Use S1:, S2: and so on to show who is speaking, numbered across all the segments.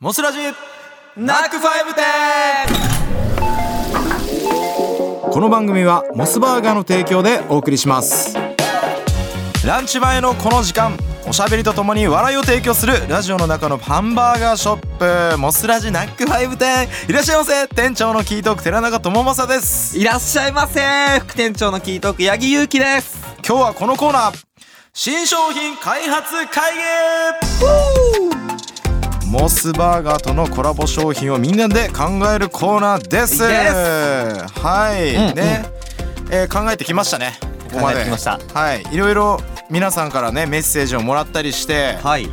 S1: モスラジナックファイブ店
S2: この番組はモスバーガーの提供でお送りします
S1: ランチ前のこの時間おしゃべりとともに笑いを提供するラジオの中のハンバーガーショップモスラジナックファイブ店いらっしゃいませ店長のキートーク寺中智正です
S3: いらっしゃいませ副店長のキートーク八木ゆうきです
S1: 今日はこのコーナー新商品開発会議モスバーガーとのコラボ商品をみんなで考えるコーナーです
S3: です
S1: はい、
S3: うんうん
S1: ね、えー考えてきましたねここま
S3: 考
S1: で
S3: えてきました
S1: はいいろいろ皆さんからねメッセージをもらったりして、
S3: はい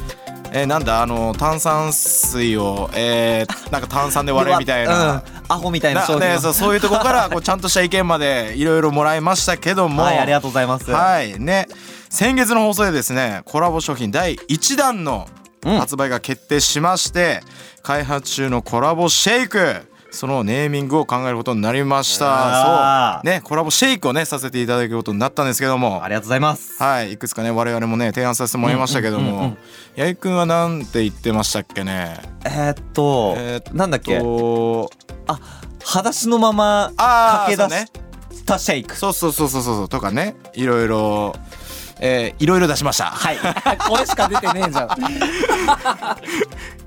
S1: えーなんだあの炭酸水を、え ーなんか炭酸で割れみたいな、
S3: うん、アホみたいな
S1: な
S3: 商品
S1: ね、そうそういうとこからこうちゃんとした意見までいろいろもらいましたけども
S3: はいありがとうございます
S1: はいね先月の放送でですねコラボ商品第1弾の
S3: うん
S1: 発売が決定しまして、開発中のコラボシェイクそのネーミングを考えることになりまし
S3: わ
S1: た
S3: あ
S1: そうねコラボシェイクをねさせていただくことになったんですけども
S3: ありがとうございます
S1: はいいくつかね我々もね提案させてもらいましたけど
S3: うんうんうんう
S1: も
S3: ん
S1: 八重くんは何て言ってましたっけね
S3: えー、っと、
S1: えーっと
S3: なんだっけ
S1: と
S3: あ裸足のまま
S1: あー
S3: 駆け出
S1: そうね
S3: したシェイク
S1: そうそうそうそうそうそうとかねいろいろえーいろいろ出しました。
S3: はい これしか出てねえじゃん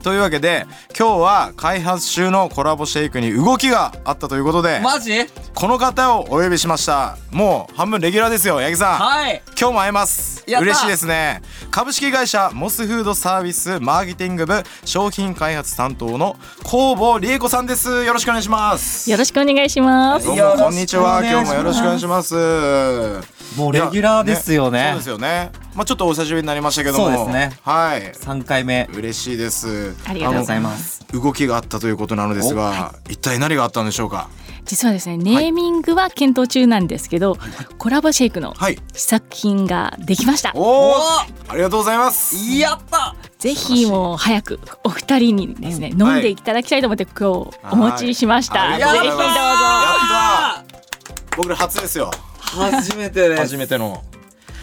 S1: というわけで今日は開発中のコラボシェイクに動きがあったということで、
S3: マジ
S1: この方をお呼びしましたもう半分レギュラーですよ八木さん
S3: はい
S1: 今日も会えます
S3: やった
S1: 嬉しいですね株式会社モスフードサービスマーケティング部商品開発担当の工房理恵子さんですよろしくお願いします
S4: よろしくお願いします。
S1: どう
S3: よ
S1: も
S3: ろしく
S1: こんにちは
S3: お願いし
S1: 今
S3: ます
S1: 日もよろしくお願いします
S3: もうレギュラーですよね
S1: いやそうですよねまあちょっとお久しぶりになりましたけども
S3: そうですね
S1: はい
S3: 三回目あり
S1: 嬉しいです
S4: あり
S3: が
S4: が
S3: とうござ
S4: とうござ
S3: い
S4: い
S3: ま
S4: ます
S1: 動きがあったということなのですが、一体何があったんでしょうか
S4: 実はですね、ネーミングは検討中なんですけど、コラボシェイクの
S1: はい
S4: 試作品ができました。
S1: おお
S3: お
S1: ありがとうございます
S3: やった
S4: ぜひもう早くお二人にですね、飲んでいただきたいと思って今日お持ちしました。
S1: はい
S4: ぜ
S1: あ
S4: ひ
S1: り
S4: ど
S1: がとうご
S4: う
S1: ざいます
S4: ぞ。
S1: やった僕ら初ですよ
S3: 初めてです
S1: 初めての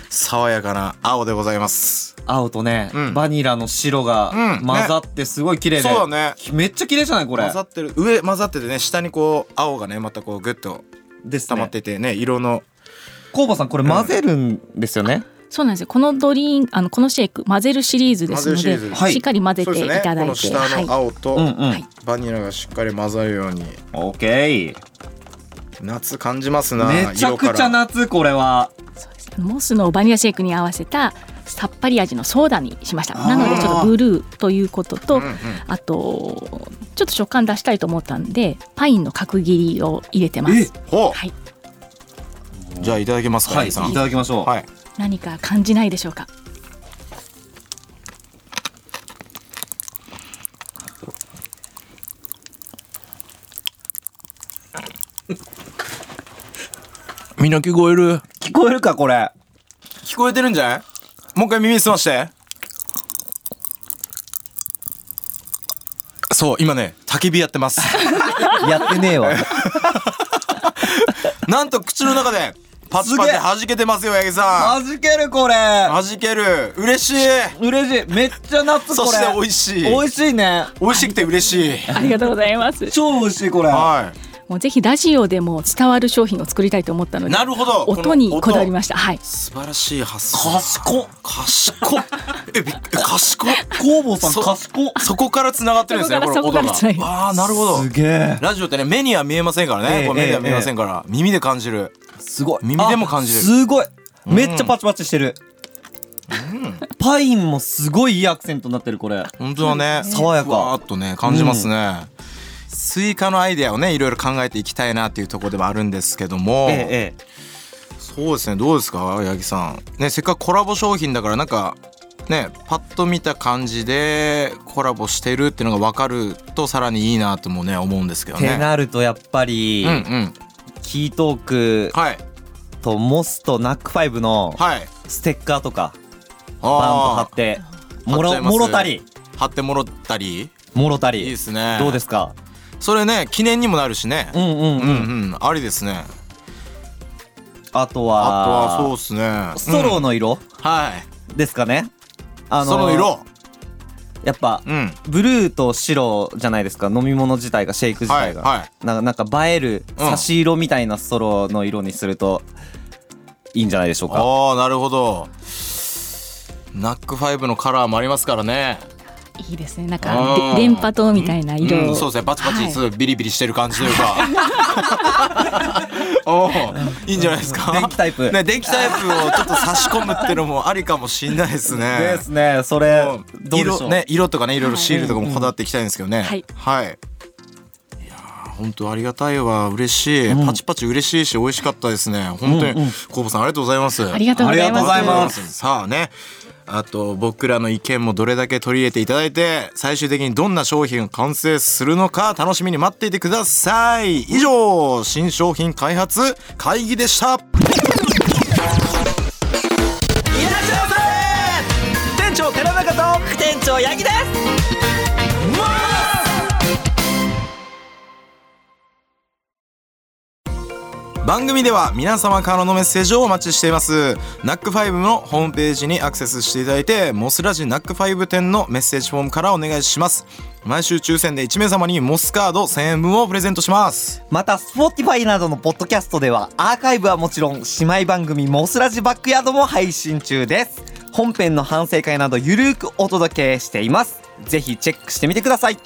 S1: 爽やかな青でございます
S3: 青とね、
S1: うん
S3: バニラの白が
S1: うん
S3: 混ざってすごい綺麗で、
S1: そうだね
S3: めっちゃ綺麗じゃないこれ
S1: 混ざってる上混ざっててね下にこう青がねまたこうグッと
S3: です
S1: 溜ま
S3: ね
S1: っていてね色の
S3: 工房さんこれ混ぜるんですよね、
S4: そうなんですよ。このドリンあのこのシェイク混ぜるシリーズですの
S1: 混ぜ
S4: で
S1: るシリー
S3: ズ、はい
S4: しっかり混ぜ
S1: そう
S4: て
S1: で
S4: い
S1: すね
S4: た
S1: こ
S4: だい
S1: の
S4: て、
S1: 下
S4: はい
S1: の青と、
S3: うんうん、
S4: はい
S1: バニラがしっかり混ざるように
S3: オッケー
S1: 夏感じますな
S3: めちゃくちゃ夏これは
S4: そうですモスのバニラシェイクに合わせたさっぱり味のソーダにしました
S3: あー
S4: なのでちょっとブルーということと、
S1: うんうん
S4: あとちょっと食感出したいと思ったんでパインの角切りを入れてます
S1: ほう、
S4: はい
S1: じゃあいただきますか、
S3: は
S1: 八木
S3: いい
S1: さん
S3: ただきましょう、
S1: はい
S4: 何か感じないでしょうか
S1: みんな聞こえる
S3: 聞こえるかこれ
S1: 聞こえてるんじゃないもう一回耳澄ましてそう今ね焚き火やってます
S3: やってねえわ
S1: なんと口の中でパチパチ
S3: すげえ
S1: 弾けてますよ八木さ
S3: はじけるこれ
S1: ん弾ける嬉しい
S3: 嬉しいめっちゃ夏これ
S1: そして美味しい
S3: 美味しいね
S1: 美味しくて嬉しい
S4: ありがとうございます
S3: 超美味しいこれ
S1: は
S4: もうぜひラジオでも伝わる商品を作りたいと思ったの
S1: い
S4: で
S1: なるほど
S4: 音にこだわりま
S1: し
S4: したはい
S1: た素晴らしい発想
S3: 賢っ
S1: 賢っえびっえ賢っ
S3: 工房さん
S1: そ
S3: 賢っ
S1: そこから繋がってるんですねこれ
S4: そ
S1: 音
S4: こから
S1: が
S4: そこから繋がります
S1: ああなるほど
S3: すげえ
S1: ラジオってね目には見えませんからね、
S3: ええ
S1: こう目には見えませんから、耳で感じる
S3: すごい
S1: 耳でも感じれる
S3: あすごいめっちゃパチパチしてる、パインもすごいいいアクセントになってるこれ
S1: 本当だね
S3: 爽やか
S1: ふわーっとね感じますね、スイカのアイデアをねいろいろ考えていきたいなっていうところではあるんですけども、
S3: え
S1: そうですねどうですか八木さんねせっかくコラボ商品だからなんかねパッと見た感じでコラボしてるっていうのが分かるとさらにいいなともね思うんですけど
S3: て
S1: ね。
S3: なるとやっぱり、
S1: うんうん
S3: キートーク
S1: はい
S3: とモスとナックファイブの
S1: はい
S3: ステッカーとかバンと貼
S1: あ
S3: っ
S1: ー
S3: て
S1: ー
S3: も
S1: 貼っちゃ
S3: ろ
S1: います
S3: もろたり
S1: 貼ってもらったりい
S3: もろた
S1: い
S3: り
S1: ですね
S3: どうですか
S1: それね記念にもなるしね
S3: うんうんうん、
S1: うんうん、ありですね。
S3: あと
S1: あ
S3: は
S1: とはそうですね。
S3: ストローの色
S1: はい。
S3: ですかね、あ
S1: その色。
S3: やっぱ、
S1: うん
S3: ブルーと白じゃないですか飲み物自体がシェイク自体が、
S1: はいは
S3: ななんか映える
S1: うん
S3: 差し色みたいなストローの色にするといいんじゃないでしょうか、
S1: ああなるほどナックファイブのカラーもありますからね
S4: いいですねなん
S1: あ
S4: か
S1: ー
S4: で電波塔みたいな色を、
S1: うん、そうですねバチバチ、
S4: はい
S1: すごいビリビリしてる感じというか おーいいんじゃないですか
S3: 電気タイプ
S1: ね、電気タイプをちょっと差し込むってのもありかもしんないですね
S3: ですねそれ
S1: もう
S3: どうでしょ
S1: 色
S3: う、
S1: ね色とかねいろいろシールとかもこだわっていきたいんですけどね
S4: はい
S1: い、いやー本当ありがたいわ嬉しい、
S3: うん
S1: パチパチ嬉しいし美味しかったですね本当に、
S3: うんうん
S1: 工房さんありがとうございます
S4: ありがとうございます
S3: ありがとうございます
S1: さあねあと僕らの意見もどれだけ取り入れていただいて最終的にどんな商品が完成するのか楽しみに待っていてください以上新商品開発会議でしたいらっしゃいませ店長寺中と
S5: 副店長八木です
S1: 番組では皆様からのメッセージをお待ちしていますナックファイブのホームページにアクセスしていただいてモスラジナックファイブ店のメッセージフォームからお願いします毎週抽選で1名様にモスカード1000円分をプレゼントします
S3: また Spotify などのポッドキャストではアーカイブはもちろん姉妹番組「モスラジバックヤード」も配信中です本編の反省会などゆるーくお届けしていますぜひチェックしてみてください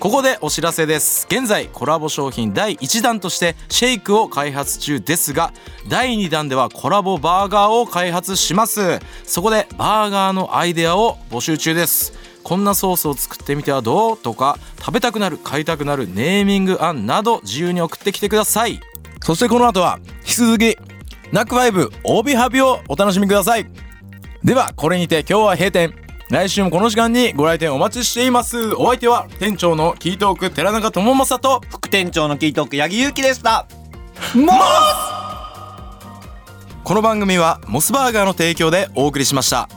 S1: ここでお知らせです現在コラボ商品第1弾としてシェイクを開発中ですが第2弾ではコラボバーガーを開発しますそこでバーガーのアイデアを募集中ですこんなソースを作ってみてはどうとか食べたくなる買いたくなるネーミング案など自由に送ってきてくださいそしてこの後は引き続きナックファイブ帯ハビをお楽しみくださいではこれにて今日は閉店来週もこの時間にご来店お待ちしていますお相手は店長のキートーク寺中智正と
S3: 副店長のキートーク八木ゆうきでした
S1: この番組はモスバーガーの提供でお送りしました